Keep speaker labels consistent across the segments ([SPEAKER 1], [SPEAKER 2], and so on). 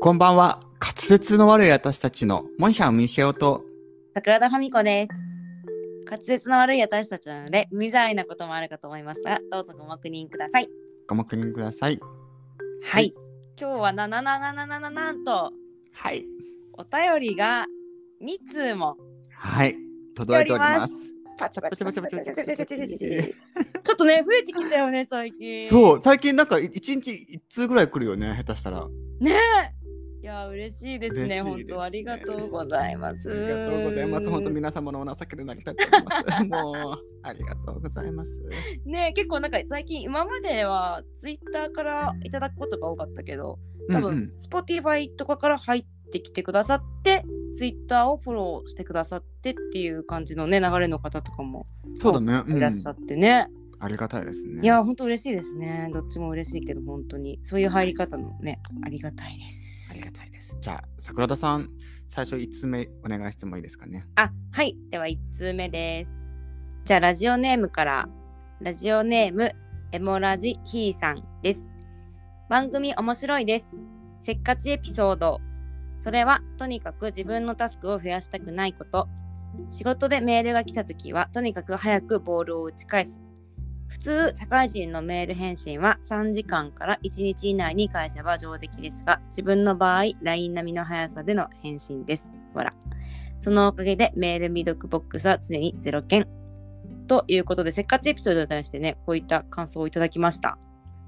[SPEAKER 1] こんばんは。滑舌の悪い私たちのモンヒャンミシェオと
[SPEAKER 2] 桜田ファミコです。滑舌の悪い私たちなので、無ざりなこともあるかと思いますが、どうぞご黙認ください。
[SPEAKER 1] ご確認ください。
[SPEAKER 2] はいい。今日はななななななななんと、
[SPEAKER 1] はい。
[SPEAKER 2] お便りが2通も。
[SPEAKER 1] はい。届いておりま。
[SPEAKER 2] 来ておりますパチパチパチパチパチパチパチパチパチちょっとね、増えてきたよね、最近。
[SPEAKER 1] そう、最近なんかい一日一通ぐらい来るよね、下手したら。あ
[SPEAKER 2] ねえ。いや、嬉しいです
[SPEAKER 1] 嬉しいで
[SPEAKER 2] ね。
[SPEAKER 1] すね
[SPEAKER 2] 本当ありがとうございます。
[SPEAKER 1] りがとうございます。本当皆様のお情けでなりたいと思います。もう、ありがとうございます。
[SPEAKER 2] ねえ結構なんか最近今まではツイッターからいただくことが多かったけど多
[SPEAKER 1] うんう
[SPEAKER 2] 分
[SPEAKER 1] ん
[SPEAKER 2] Spotify とかから入ってきてくださってツイッターをフォローしてくださってっていう感じのね流れの方とかも
[SPEAKER 1] そうだね。うん
[SPEAKER 2] いらっしゃってね、
[SPEAKER 1] ありがたいですね。
[SPEAKER 2] いやほんと嬉しいですねどっちも嬉しいけど本当にそういう入り方のねありがたいで
[SPEAKER 1] あり
[SPEAKER 2] す
[SPEAKER 1] がたいです。じゃあ、桜田さん、最初5つ目お願いしてもいいですかね。
[SPEAKER 2] あはいでは1通目ですじゃあラジオネームからラジオネームエモラジヒーさんです番組面白いですせっかちエピソードそれはとにかく自分のタスクを増やしたくないこと仕事でメールが来た時はとにかく早くボールを打ち返す普通社会人のメール返信は3時間から1日以内に返せば上出来ですが自分の場合 LINE 並みの速さでの返信ですほらそのおかげでメール未読ボックスは常に0件。ということで、せっかちエピソードに対してね、こういった感想をいただきました。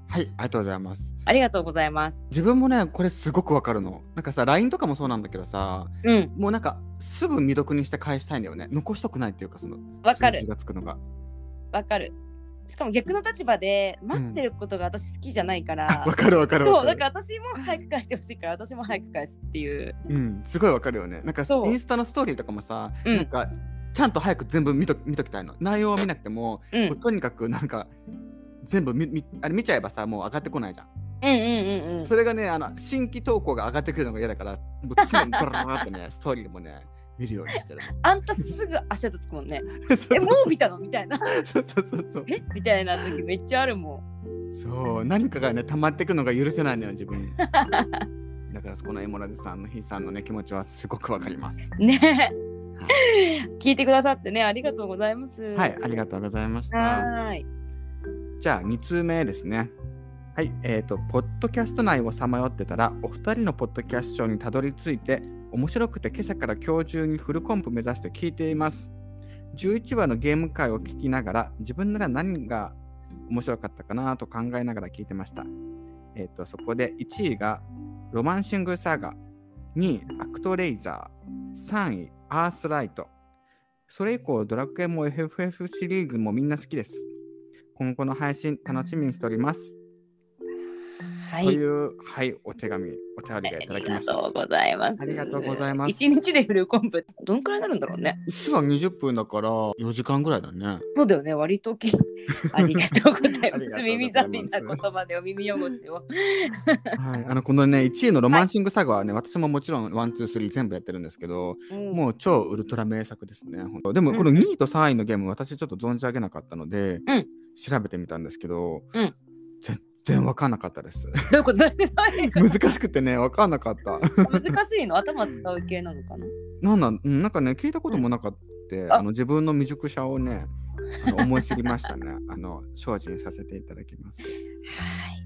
[SPEAKER 1] はい、ありがとうございます。
[SPEAKER 2] ありがとうございます。
[SPEAKER 1] 自分もね、これすごくわかるの。なんかさ、LINE とかもそうなんだけどさ、
[SPEAKER 2] うん、
[SPEAKER 1] もうなんかすぐ未読にして返したいんだよね。残しとくないっていうか、その、
[SPEAKER 2] わか
[SPEAKER 1] 数字
[SPEAKER 2] る、
[SPEAKER 1] がつくのが。
[SPEAKER 2] わかる。しかも逆の立場で待ってることが私好きじゃないから、
[SPEAKER 1] わかるわかる
[SPEAKER 2] そ
[SPEAKER 1] わ
[SPEAKER 2] う、
[SPEAKER 1] か
[SPEAKER 2] だ
[SPEAKER 1] る。
[SPEAKER 2] から私も早く返してほしいから、私も早く返すっていう。
[SPEAKER 1] うん、すごいわかるよね。なんか
[SPEAKER 2] そ
[SPEAKER 1] イ
[SPEAKER 2] う
[SPEAKER 1] ンスタのストーリーとかもさ、
[SPEAKER 2] うん
[SPEAKER 1] なんかちゃんと早く全部見と見ときたいの。内容は見なくても、
[SPEAKER 2] うん、うん
[SPEAKER 1] もうとにかくなんか全部見見あれ見ちゃえばさ、もう上がってこないじゃん。
[SPEAKER 2] うんうんうん。
[SPEAKER 1] それがね、あの新規投稿が上がってくるのが嫌だから、もう常にパラパラってね、ストーリーもね、見るようにしてる
[SPEAKER 2] あんたすぐ足跡つくもんね。
[SPEAKER 1] の。そう
[SPEAKER 2] え、もう見たのみたいな。
[SPEAKER 1] そうそうそうそう。
[SPEAKER 2] えみたいな時めっちゃあるもん。
[SPEAKER 1] そう何かがね溜まってくのが許せないのよ自 分にだからそこのエモラズさんのヒーさんのね気持ちはすごくわかります
[SPEAKER 2] ね。 聞いてくださってね、ありがとうございます。
[SPEAKER 1] はいありがとうございました
[SPEAKER 2] はーい。
[SPEAKER 1] じゃあ2通目ですねはいえー、とポッドキャスト内をさまよってたらお二人のポッドキャストにたどり着いて面白くて今朝から今日中にフルコンプ目指して聞いています11話のゲーム会を聞きながら自分なら何が面白かったかなと考えながら聞いてましたえー、とそこで1位が「ロマンシングサガ」2位「アクトレイザー」3位「アースライト」それ以降ドラクエも FF シリーズもみんな好きです今後の配信楽しみにしております、
[SPEAKER 2] は
[SPEAKER 1] と
[SPEAKER 2] い
[SPEAKER 1] い。う、はい、お手紙お手紙がいた
[SPEAKER 2] あ
[SPEAKER 1] だ
[SPEAKER 2] り
[SPEAKER 1] きま
[SPEAKER 2] が
[SPEAKER 1] した
[SPEAKER 2] とうございます。
[SPEAKER 1] ありがとうございます
[SPEAKER 2] 一日でフルコンプ、どんくらいになるんだろうね。
[SPEAKER 1] 1話20分だから4時間ぐらいだね
[SPEAKER 2] そうだよね、割と き。ありがとうござい
[SPEAKER 1] ありがと
[SPEAKER 2] ま。
[SPEAKER 1] うございますす
[SPEAKER 2] 耳障りな言葉でお耳汚しを。
[SPEAKER 1] はい、あのこのね1位の「ロマンシングサガ」はね、私ももちろんワンツースリー全部やってるんですけど
[SPEAKER 2] も
[SPEAKER 1] もう超ウルトラ名作ですねほんとでもこの
[SPEAKER 2] うん
[SPEAKER 1] 2位と3位のゲーム私ちょっと存じ上げなかったので、
[SPEAKER 2] うん
[SPEAKER 1] 調べてみたんですけど、
[SPEAKER 2] うん
[SPEAKER 1] 全然わかんなかったです
[SPEAKER 2] どういうことどういうこ
[SPEAKER 1] 難しくてねわかんなかった
[SPEAKER 2] と難しいの頭使う系なのか
[SPEAKER 1] な
[SPEAKER 2] な
[SPEAKER 1] んなんうんなんかね聞いたこともなかった、
[SPEAKER 2] あ
[SPEAKER 1] あの自分の未熟者をねあの思い知りましたね あの精進させていただきます
[SPEAKER 2] は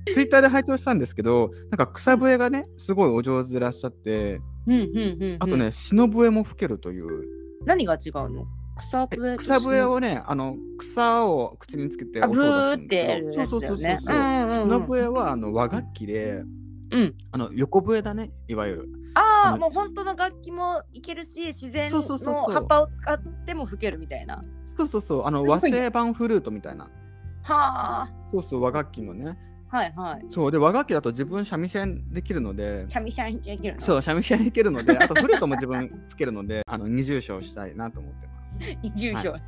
[SPEAKER 2] い。
[SPEAKER 1] ツイッターで拝聴したんですけどなんか草笛がねすごいお上手でいらっしゃって
[SPEAKER 2] うんうんうん。
[SPEAKER 1] あと。ね篠笛も吹けるという
[SPEAKER 2] 何が違うの草笛と
[SPEAKER 1] 草笛をねあの草を口につけて
[SPEAKER 2] あ
[SPEAKER 1] 音を出すんだけど
[SPEAKER 2] ブーってやる
[SPEAKER 1] そうそうそうそう
[SPEAKER 2] やつだよねうんうんうん
[SPEAKER 1] 篠笛はあの和楽器で
[SPEAKER 2] うん。
[SPEAKER 1] あの横笛だねいわゆるあ
[SPEAKER 2] ああ、
[SPEAKER 1] の
[SPEAKER 2] もう本当の楽器もいけるし、自然
[SPEAKER 1] そ
[SPEAKER 2] の
[SPEAKER 1] うそうそうそう
[SPEAKER 2] 葉っぱを使っても吹けるみたいな。
[SPEAKER 1] そうそうそうあの
[SPEAKER 2] すごい
[SPEAKER 1] 和
[SPEAKER 2] ね
[SPEAKER 1] 製版フルートみたいな
[SPEAKER 2] はあ。
[SPEAKER 1] そうそう和楽器のね
[SPEAKER 2] はいはい。
[SPEAKER 1] そうで和楽器だと自分三味線できるので
[SPEAKER 2] シャミシャンできるの
[SPEAKER 1] そう三味線できるのであとフルートも自分吹けるのであの二重唱したいなと思ってます。
[SPEAKER 2] 住所ね、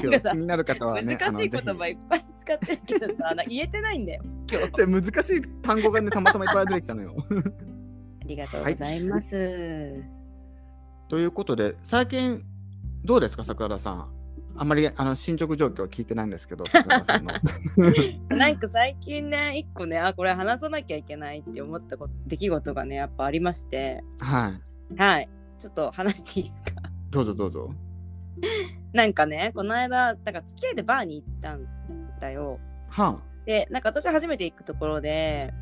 [SPEAKER 1] 今
[SPEAKER 2] なん
[SPEAKER 1] 日
[SPEAKER 2] かさ
[SPEAKER 1] 気になる方はね
[SPEAKER 2] 難しい言
[SPEAKER 1] あの
[SPEAKER 2] 葉
[SPEAKER 1] ぜ
[SPEAKER 2] いっぱい使ってるけど さ、な言えてないんだよ。今日。あ
[SPEAKER 1] ひ難しい単語がねたまたまいっぱい出てきたのよ。
[SPEAKER 2] りがとうございます。
[SPEAKER 1] ということで最近どうですか桜田さんあんまりあの進捗状況は聞いてないんですけど、笹山さん の
[SPEAKER 2] なんか最近ね一個ねあこれ話さなきゃいけないって思ったこと出来事がねやっぱありまして
[SPEAKER 1] はい。
[SPEAKER 2] はいちょっと話していいですか
[SPEAKER 1] どうぞどうぞ。
[SPEAKER 2] なんかねこの間なんか付き合いでバーに行ったんだよ
[SPEAKER 1] は
[SPEAKER 2] でなんか私初めて行くところで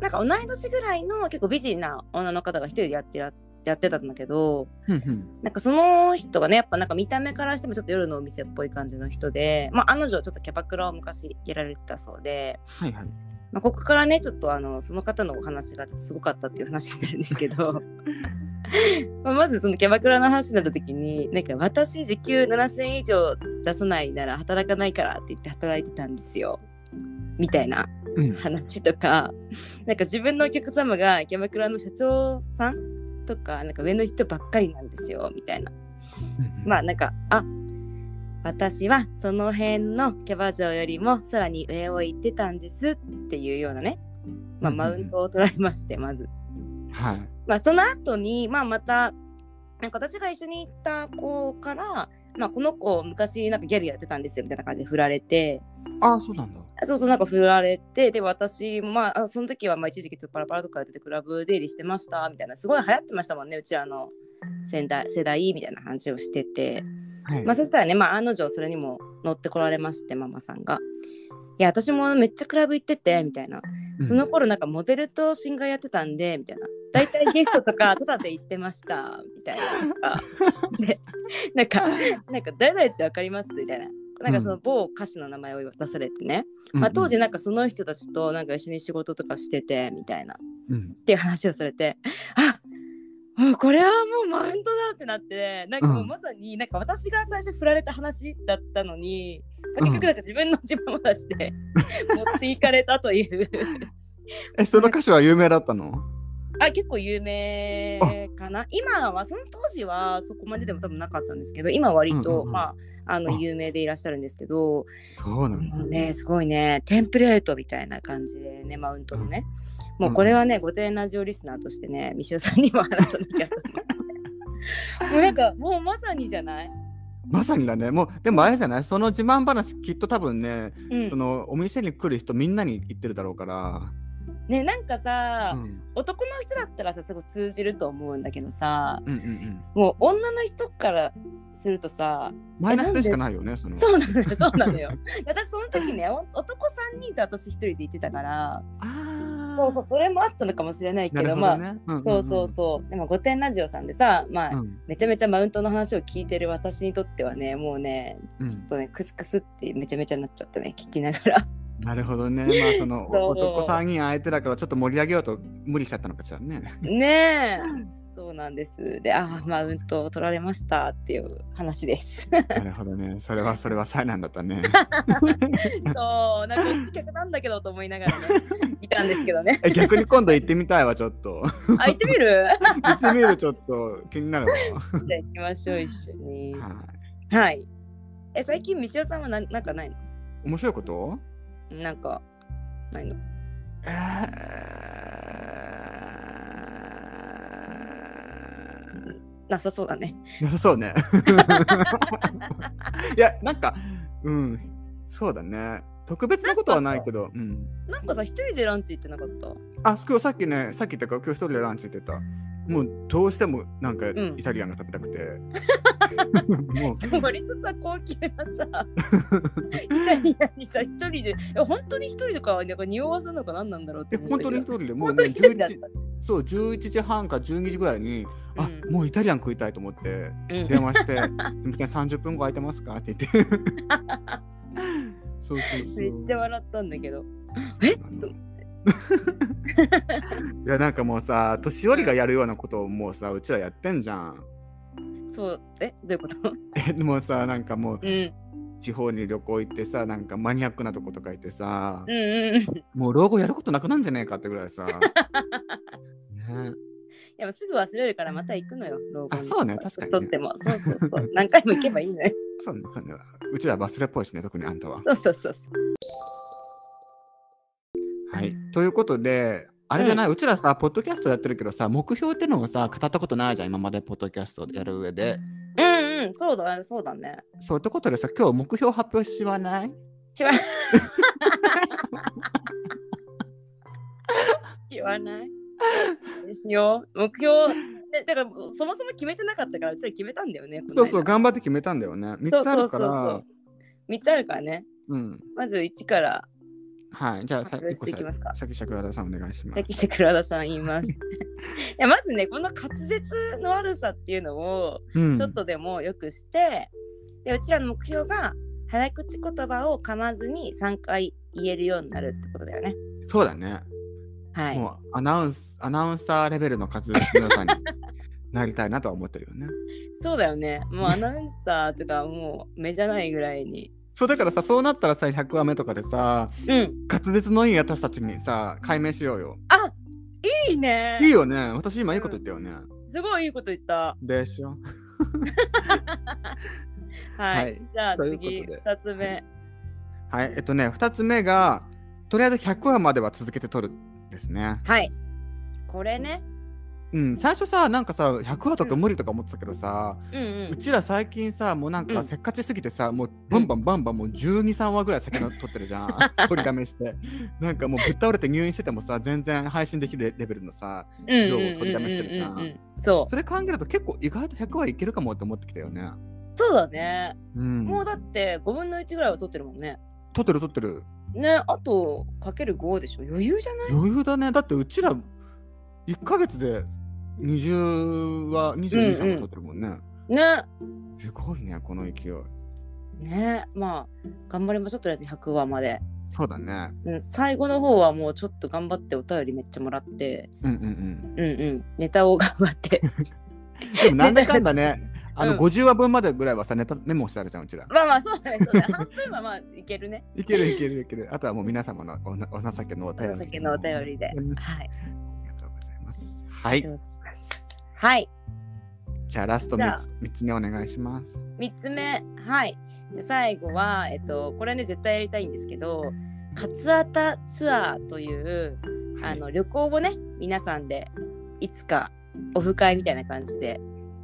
[SPEAKER 2] なんか同い年ぐらいの結構美人な女の方が一人でやってややってたんだけど
[SPEAKER 1] あ。ふんふん
[SPEAKER 2] なんかその人がねやっぱなんか見た目からしてもちょっと夜のお店っぽい感じの人で、まあ、彼女はちょっとキャバクラを昔やられてたそうで、
[SPEAKER 1] はいはい。
[SPEAKER 2] まあ、ここからねちょっとあのその方のお話がちょっとすごかったっていう話になるんですけどまあまずそのキャバクラの話になった時になんか私時給7,000円以上出さないなら働かないからって言って働いてたんですよみたいな
[SPEAKER 1] うん。
[SPEAKER 2] 話とかなんか自分のお客様がキャバクラの社長さんとかなんか上の人ばっかりなんですよみたいなまあなんかあ私はその辺のキャバ嬢よりもさらに上を行ってたんですっていうようなね、ま
[SPEAKER 1] うん
[SPEAKER 2] あ、
[SPEAKER 1] うんう
[SPEAKER 2] マ
[SPEAKER 1] ん
[SPEAKER 2] ウントを取られましてまず、
[SPEAKER 1] はい。
[SPEAKER 2] まあ、その後にまあまたなんか私が一緒に行った子から、まあ、この子昔なんかギャルやってたんですよみたいな感じで振られて、
[SPEAKER 1] ああ、そうなんだ。
[SPEAKER 2] そうそうなんか振られてで私もまああその時はまあ一時期ちょっとパラパラとかやっててクラブデーリしてましたみたいなすごい流行ってましたもんねうちらの世代世代みたいな話をしてて、
[SPEAKER 1] はい。
[SPEAKER 2] まあ、そしたらね、まあ、案の定それにも乗ってこられましてママさんが「いや私もめっちゃクラブ行ってて」みたいな
[SPEAKER 1] うん
[SPEAKER 2] その頃なんかモデルとシンガーやってたんでみたいな大体ゲストと かタダで行ってましたみたいなでなんかなんか誰々ってわかりますみたいななんかその某歌手の名前を出されてね、まあ、当時、なんかその人たちとなんか一緒に仕事とかしててみたいなっ
[SPEAKER 1] うんうん
[SPEAKER 2] ていう話をされてあもうこれはもうマウントだってなってなんかもううんまさになんか私が最初振られた話だったのに、まあ結局なんか自分の自慢を出して 持っていかれたという
[SPEAKER 1] え、その歌手は有名だったの
[SPEAKER 2] あ結構有名かな今はその当時はそこまででも多分なかったんですけど今は割
[SPEAKER 1] うん
[SPEAKER 2] と、
[SPEAKER 1] うんうん
[SPEAKER 2] まああの
[SPEAKER 1] あ
[SPEAKER 2] 有名でいらっしゃるんですけど
[SPEAKER 1] そうなんだ。
[SPEAKER 2] もうねすごいねテンプレートみたいな感じでねマウントのね、
[SPEAKER 1] うん
[SPEAKER 2] もうこれはね御殿ラジオリスナーとしてねミシオさんにも話さなきゃと 思ってもうなんかもうまさにじゃない、
[SPEAKER 1] まさにだね。もう、でもあれじゃないその自慢話、きっと多分ね、
[SPEAKER 2] うん
[SPEAKER 1] そのお店に来る人みんなに言ってるだろうから。
[SPEAKER 2] ねなんかさ、
[SPEAKER 1] うん
[SPEAKER 2] 男の人だったらさすごい通じると思うんだけどさ
[SPEAKER 1] うんうんうん。
[SPEAKER 2] もう女の人からするとさ
[SPEAKER 1] マイナスでしかないよね、その。
[SPEAKER 2] そうな のよ、そうなのよ。私その時ね、お男3人と私1人で行ってたから、
[SPEAKER 1] ああ。
[SPEAKER 2] そうそう、それもあったのかもしれないけ
[SPEAKER 1] な
[SPEAKER 2] ど、
[SPEAKER 1] るほ
[SPEAKER 2] ま
[SPEAKER 1] ど
[SPEAKER 2] あ、
[SPEAKER 1] ね。うんうんうん
[SPEAKER 2] そうそうそう。でも、御殿ラジオさんでさ、まあ、
[SPEAKER 1] うん
[SPEAKER 2] めちゃめちゃマウントの話を聞いてる私にとってはね、もうね、
[SPEAKER 1] うん
[SPEAKER 2] ちょっとね、クスクスってめちゃめちゃなっちゃったね、聞きながら。
[SPEAKER 1] なるほどね。まあその
[SPEAKER 2] そう
[SPEAKER 1] 男3人相手だからちょっと盛り上げようと無理しちゃったのかしらね。
[SPEAKER 2] ねえ。そうなんです。で、ああ、マウントを取られましたっていう話です。
[SPEAKER 1] なるほどね。それはそれは災難だったね。
[SPEAKER 2] そう、なんかこっち客なんだけどと思いな がらね、いたんですけどね。
[SPEAKER 1] え逆に今度行ってみたいわちょっと。
[SPEAKER 2] あ、行ってみる
[SPEAKER 1] 行ってみるちょっと気になるわ。
[SPEAKER 2] じゃあ行きましょう、一緒に。
[SPEAKER 1] はい
[SPEAKER 2] はい。え、最近、みしおさんはなんなんかないの
[SPEAKER 1] 面白いこと？
[SPEAKER 2] なんか、ないの
[SPEAKER 1] え
[SPEAKER 2] なさそうだね。
[SPEAKER 1] ーなさそうね。いやなんかうんそうだね。特別なことはないけど。うん。
[SPEAKER 2] なんかさ、一人でランチ行ってなかった。
[SPEAKER 1] あ、今日さっきね、さっき言ったから今日一人でランチ行ってた。もうどうしてもなんか
[SPEAKER 2] ん
[SPEAKER 1] イタリアンが食べたくて。 もう
[SPEAKER 2] しかも割とさ、高級 なさ、イタリアンにさ、一人で、え、本当に一人とか、なんか匂わすのか何なんだろうって
[SPEAKER 1] え
[SPEAKER 2] 思った
[SPEAKER 1] 本
[SPEAKER 2] けど
[SPEAKER 1] 当に一人でもう
[SPEAKER 2] 本
[SPEAKER 1] ね
[SPEAKER 2] 当に一人だ
[SPEAKER 1] 11
[SPEAKER 2] った。
[SPEAKER 1] そう11時半か12時ぐらいに、あ
[SPEAKER 2] うん
[SPEAKER 1] もうイタリアン食いたいと思って
[SPEAKER 2] うん
[SPEAKER 1] 電話して「すみません30分後空いてますか?」って言って そうそうそう
[SPEAKER 2] めっちゃ笑ったんだけど。
[SPEAKER 1] え いやなんかもうさ年寄りがやるようなことをもうさうちらやってんじゃん
[SPEAKER 2] そう、え、どういうこと
[SPEAKER 1] えでもさなんかもう
[SPEAKER 2] うん、うん
[SPEAKER 1] 地方に旅行行ってさなんかマニアックなとことか行ってさ、
[SPEAKER 2] うんうん。い
[SPEAKER 1] もう老後やることなくなんじゃねえかってぐらい さね
[SPEAKER 2] や、もうすぐ忘れるからまた行くのよ、老後
[SPEAKER 1] あ
[SPEAKER 2] に。
[SPEAKER 1] そうね確か
[SPEAKER 2] 年
[SPEAKER 1] に、ね
[SPEAKER 2] 取って、も。そうそうそう。何回も行けばいいの よ。
[SPEAKER 1] そうねそうねうちら忘れっぽいしね特にあんたは
[SPEAKER 2] そうそうそうそう。
[SPEAKER 1] はいということであれじゃない、うちらさポッドキャストやってるけどさ目標ってのをさ語ったことないじゃん今までポッドキャストやる上で
[SPEAKER 2] うんうんうん、そうだ、そうだね。
[SPEAKER 1] そうってことでさ、今日目標発表しはない
[SPEAKER 2] しわ。言わない。 しよう。目標。でだからそもそも決めてなかったから、うちら決めたんだよね。
[SPEAKER 1] そうそう、
[SPEAKER 2] こ
[SPEAKER 1] 頑張って決めたんだよね。
[SPEAKER 2] の間
[SPEAKER 1] 3つあるから。
[SPEAKER 2] そうそうそうそう三つあるからね。
[SPEAKER 1] うん。
[SPEAKER 2] まず一から、
[SPEAKER 1] はい。じゃあ、さ
[SPEAKER 2] 発表していきますか
[SPEAKER 1] さ先、桜田さんお願いします
[SPEAKER 2] さっ。き桜田さん言い ます。いや、まずね、この滑舌の悪さっていうのを、
[SPEAKER 1] うん
[SPEAKER 2] ちょっ。とでもよくして。で、うちらの目標が、早口言葉を噛まずに3回言えるようになるってことだよね。
[SPEAKER 1] そうだね。
[SPEAKER 2] はい。
[SPEAKER 1] もうアナウンス、アナウンサーレベルの活躍のさ になりたいなとは思ってるよね。
[SPEAKER 2] そうだよね。もうアナウンサーとかもう目じゃないぐらいに。
[SPEAKER 1] そうだからさ、そうなったらさ、100話目とかでさ、
[SPEAKER 2] うん。
[SPEAKER 1] 滑舌のいい私たちにさ、解明しようよ。
[SPEAKER 2] あいいね
[SPEAKER 1] いいよね。私今いいこと言ったよね。
[SPEAKER 2] すごいいいこと言った。
[SPEAKER 1] でしょ。
[SPEAKER 2] はい。
[SPEAKER 1] はい
[SPEAKER 2] じゃあ
[SPEAKER 1] ということ
[SPEAKER 2] 次、
[SPEAKER 1] で
[SPEAKER 2] 2つ目。
[SPEAKER 1] はい。えっとね、2つ目が、とりあえず100話までは続けて撮るですね。
[SPEAKER 2] はい。これね。
[SPEAKER 1] うん。最初さ、なんかさ、100話とか無理とか思ってたけどさ、
[SPEAKER 2] うんう。
[SPEAKER 1] うんちら最近さもうなん
[SPEAKER 2] う
[SPEAKER 1] か
[SPEAKER 2] ん
[SPEAKER 1] せっかちすぎてさ、もうバンバンバンバンもう123話ぐらい先の撮ってるじゃ ん取りだめしてなんかもうぶっ倒れて入院しててもさ全然配信できるレベルのさ
[SPEAKER 2] うん
[SPEAKER 1] 量を取りだめしてるじゃん
[SPEAKER 2] うんうんうんうんそ
[SPEAKER 1] それ考えると結構意外と100はいけるかもって思ってきたよね
[SPEAKER 2] う。そうだね。
[SPEAKER 1] うん
[SPEAKER 2] もうだって5分の1ぐらいは取ってるもんね。
[SPEAKER 1] 撮ってる撮ってる
[SPEAKER 2] ね、あとかける5でしょ。余裕じゃない
[SPEAKER 1] 余裕だねだってうちら1ヶ月で20は22
[SPEAKER 2] うんうん
[SPEAKER 1] 話撮ってるもんね、
[SPEAKER 2] ね。
[SPEAKER 1] すごいねこの勢い
[SPEAKER 2] ね。まあ、頑張りましょう。とりあえず100話まで。
[SPEAKER 1] そうだね
[SPEAKER 2] うん、最後の方はもうちょっと頑張ってお便りめっちゃもらって。
[SPEAKER 1] うんうんうん
[SPEAKER 2] うんうん、ネタを頑張 って。
[SPEAKER 1] でもなんだかんだ ねあ
[SPEAKER 2] うん
[SPEAKER 1] の50話分までぐらいはさネタメモしてあるじゃんうちら
[SPEAKER 2] まあまあそうだね、そうだね。半分はまあいける ね。
[SPEAKER 1] いけるいけるいける。あとはもう皆様のおなお情けのお
[SPEAKER 2] お
[SPEAKER 1] 便り。
[SPEAKER 2] 酒のお便りで。はい
[SPEAKER 1] うん。
[SPEAKER 2] あ
[SPEAKER 1] ありがとうございます。は
[SPEAKER 2] り
[SPEAKER 1] い
[SPEAKER 2] がと。うございます。はい、
[SPEAKER 1] じゃあラスト
[SPEAKER 2] じゃあ
[SPEAKER 1] 3, 三つ目お願いします。
[SPEAKER 2] 3つ目。はい。で最後は、えっと、これね、絶対やりたいんですけど、カツアタツアーというあの旅行をね、皆さんでいつかオフ会みたいな感じで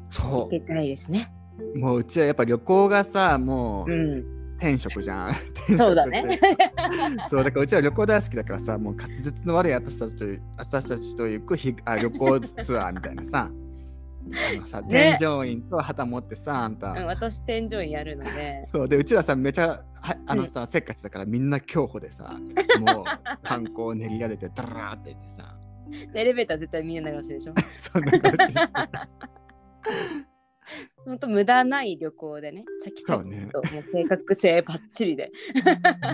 [SPEAKER 1] そ
[SPEAKER 2] 行けたいですね。
[SPEAKER 1] う。もううちはやっぱ旅行がさ、も
[SPEAKER 2] う、
[SPEAKER 1] うん天職じ ゃん。
[SPEAKER 2] そうだ
[SPEAKER 1] 天職
[SPEAKER 2] ね
[SPEAKER 1] って。。そうだからうちは旅行大好きだからさ、もう滑舌の悪い私たちと私たちと行く日あ旅行ツアーみたいなさ。あのさ
[SPEAKER 2] ね
[SPEAKER 1] 添乗員と旗持ってさ、あんた。
[SPEAKER 2] うん、私、添乗員やるので。
[SPEAKER 1] そうでうちらさめちゃはあのさ、せっかちだからみんな競歩でさもう 観光を練り歩いてダラーって言ってさ
[SPEAKER 2] エレベーター絶対見えないしでしょ。
[SPEAKER 1] そんな感 じ
[SPEAKER 2] 本当無駄ない旅行でね、チャキチャキと、もう計画性ばっちりで。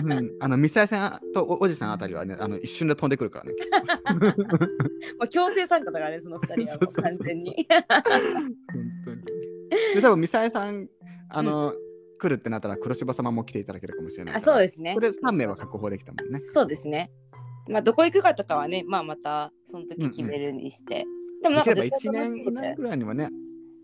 [SPEAKER 1] うん、あのミサイさんとおおじさんあたりはねあの一瞬で飛んでくるからねきっと
[SPEAKER 2] もう強制参加だからね、その二人はもう完全に。
[SPEAKER 1] 本当に で多分ミサイさんあの、来るってなったら黒柴様も来ていただけるかもしれない
[SPEAKER 2] あ、
[SPEAKER 1] から
[SPEAKER 2] そうですね。
[SPEAKER 1] これ3名は確保できたもんね
[SPEAKER 2] そうですね。まあ、どこ行くかとかはね、まあ、またその時決めるにして。でもな
[SPEAKER 1] で
[SPEAKER 2] ん
[SPEAKER 1] き
[SPEAKER 2] か
[SPEAKER 1] れば
[SPEAKER 2] 絶
[SPEAKER 1] 1
[SPEAKER 2] 対楽し
[SPEAKER 1] 年以
[SPEAKER 2] そう
[SPEAKER 1] 内
[SPEAKER 2] で。
[SPEAKER 1] ぐらいにはね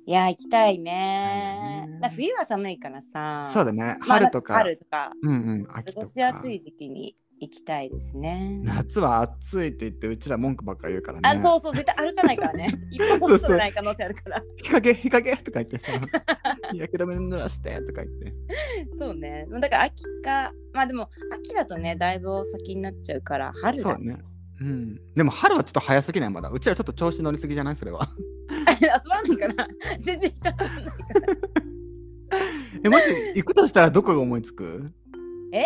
[SPEAKER 2] いや、行きたいね
[SPEAKER 1] う。ん
[SPEAKER 2] だから冬は寒いからさ。
[SPEAKER 1] そうだね
[SPEAKER 2] まあ
[SPEAKER 1] 春とか、
[SPEAKER 2] 春とか。
[SPEAKER 1] うんうん
[SPEAKER 2] 過
[SPEAKER 1] 秋とか
[SPEAKER 2] ごしやすい時期に行きたいですね。
[SPEAKER 1] 夏は暑いって言ってうちら文句ばっか言うからね
[SPEAKER 2] あ、そうそう、絶対歩かないか らね。一歩も取れない可能性あるから。
[SPEAKER 1] 日陰日陰とか言ってさ 日焼け止め濡らしてとか言って
[SPEAKER 2] そうね。だから秋か、まあでも秋だとね、だいぶお先になっちゃうから、春
[SPEAKER 1] そ
[SPEAKER 2] だ
[SPEAKER 1] う。ねうんでも春はちょっと早すぎないまだうちらちょっと調子乗りすぎじゃないそれは
[SPEAKER 2] 集まらないかな。全然人集まらないか
[SPEAKER 1] えもし行くとしたらどこが思いつく
[SPEAKER 2] え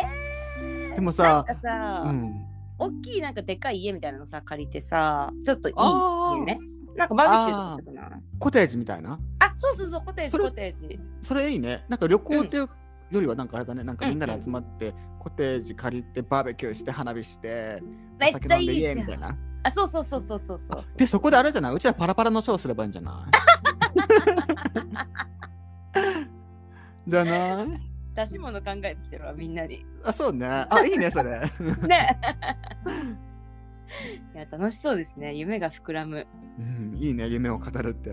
[SPEAKER 1] でも
[SPEAKER 2] ら。なん
[SPEAKER 1] さ
[SPEAKER 2] かさ、
[SPEAKER 1] うん
[SPEAKER 2] 大きいなんかでかい家みたいなのさ、借りてさ、ちょっといい
[SPEAKER 1] あー
[SPEAKER 2] 家ね。なんかバーベキューとかな。
[SPEAKER 1] コテージみたいな
[SPEAKER 2] あ、そうそうそう、コテージ、
[SPEAKER 1] それ
[SPEAKER 2] コテージ。
[SPEAKER 1] それいいねなんか旅行っていうよりはなんかあれだねなんかみんなで集まってコテージ借りてバーベキューして花火して
[SPEAKER 2] めっちゃいい
[SPEAKER 1] お酒飲んで
[SPEAKER 2] じゃ
[SPEAKER 1] イエーイみたい
[SPEAKER 2] ん。
[SPEAKER 1] な
[SPEAKER 2] あ、そうそうそうそうそうそう
[SPEAKER 1] あ。でそこであれじゃないうちらパラパラのショーすればいいんじゃないじゃない
[SPEAKER 2] 出し物考えてきてるわ、みんなに。
[SPEAKER 1] あそうねあいいねそれ
[SPEAKER 2] ね。いや、楽しそうですね。夢が膨らむ。
[SPEAKER 1] うんいいね夢を語るって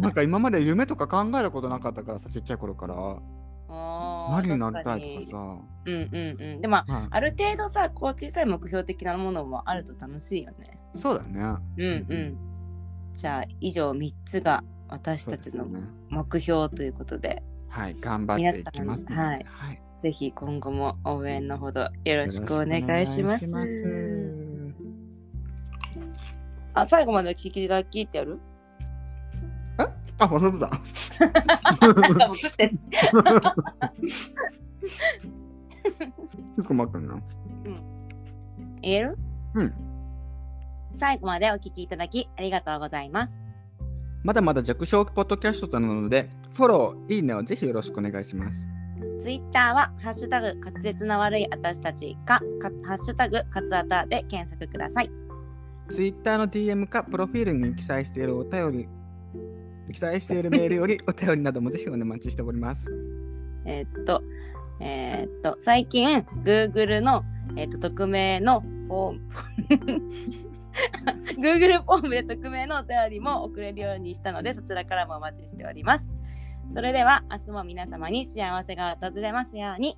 [SPEAKER 1] なんか今まで夢とか考えたことなかったからさちっちゃい頃から
[SPEAKER 2] あー
[SPEAKER 1] 何になりた
[SPEAKER 2] 確
[SPEAKER 1] いと
[SPEAKER 2] か
[SPEAKER 1] か
[SPEAKER 2] にうんうんうん。でも、まあ
[SPEAKER 1] さ、は
[SPEAKER 2] ある程度さこう小さい目標的なものもあると楽しいよね。
[SPEAKER 1] い、そうだね
[SPEAKER 2] うんうん。じゃあ以上3つが私
[SPEAKER 1] そう
[SPEAKER 2] た
[SPEAKER 1] で
[SPEAKER 2] ち
[SPEAKER 1] す
[SPEAKER 2] の
[SPEAKER 1] ね。
[SPEAKER 2] 目標ということで
[SPEAKER 1] はい、頑張っていきますので。
[SPEAKER 2] 皆さんはい
[SPEAKER 1] はい、
[SPEAKER 2] ぜひ今後も応援のほどよ
[SPEAKER 1] よ
[SPEAKER 2] ろしくお願いします。
[SPEAKER 1] ろしくお願いし
[SPEAKER 2] あ最後までお聞きいただきって やる
[SPEAKER 1] ますあ、忘れてた。
[SPEAKER 2] なんかもう食ってるし
[SPEAKER 1] ちょっと待ってな。
[SPEAKER 2] 言える
[SPEAKER 1] うん。
[SPEAKER 2] 最後までお聞きいただきありがとうございます。
[SPEAKER 1] まだまだ弱小ポッドキャストなので、フォロー、いいねをぜひよろしくお願いします。
[SPEAKER 2] ツイッターは「ハッシュタグ滑舌の悪い私たちか」か「ハッシュタグカツアタ」で検索ください。
[SPEAKER 1] ツイッターの DM か、プロフィールに記載しているお便り、記載しているメールよりお便りなどもぜひお待ちしております。
[SPEAKER 2] えーっと、えーっと、最近、Google の、えーっと、匿名のフ ォーム、Google フォームで匿名のお便りも送れるようにしたので、そちらからもお待ちしております。それでは、明日も皆様に幸せが訪れますように。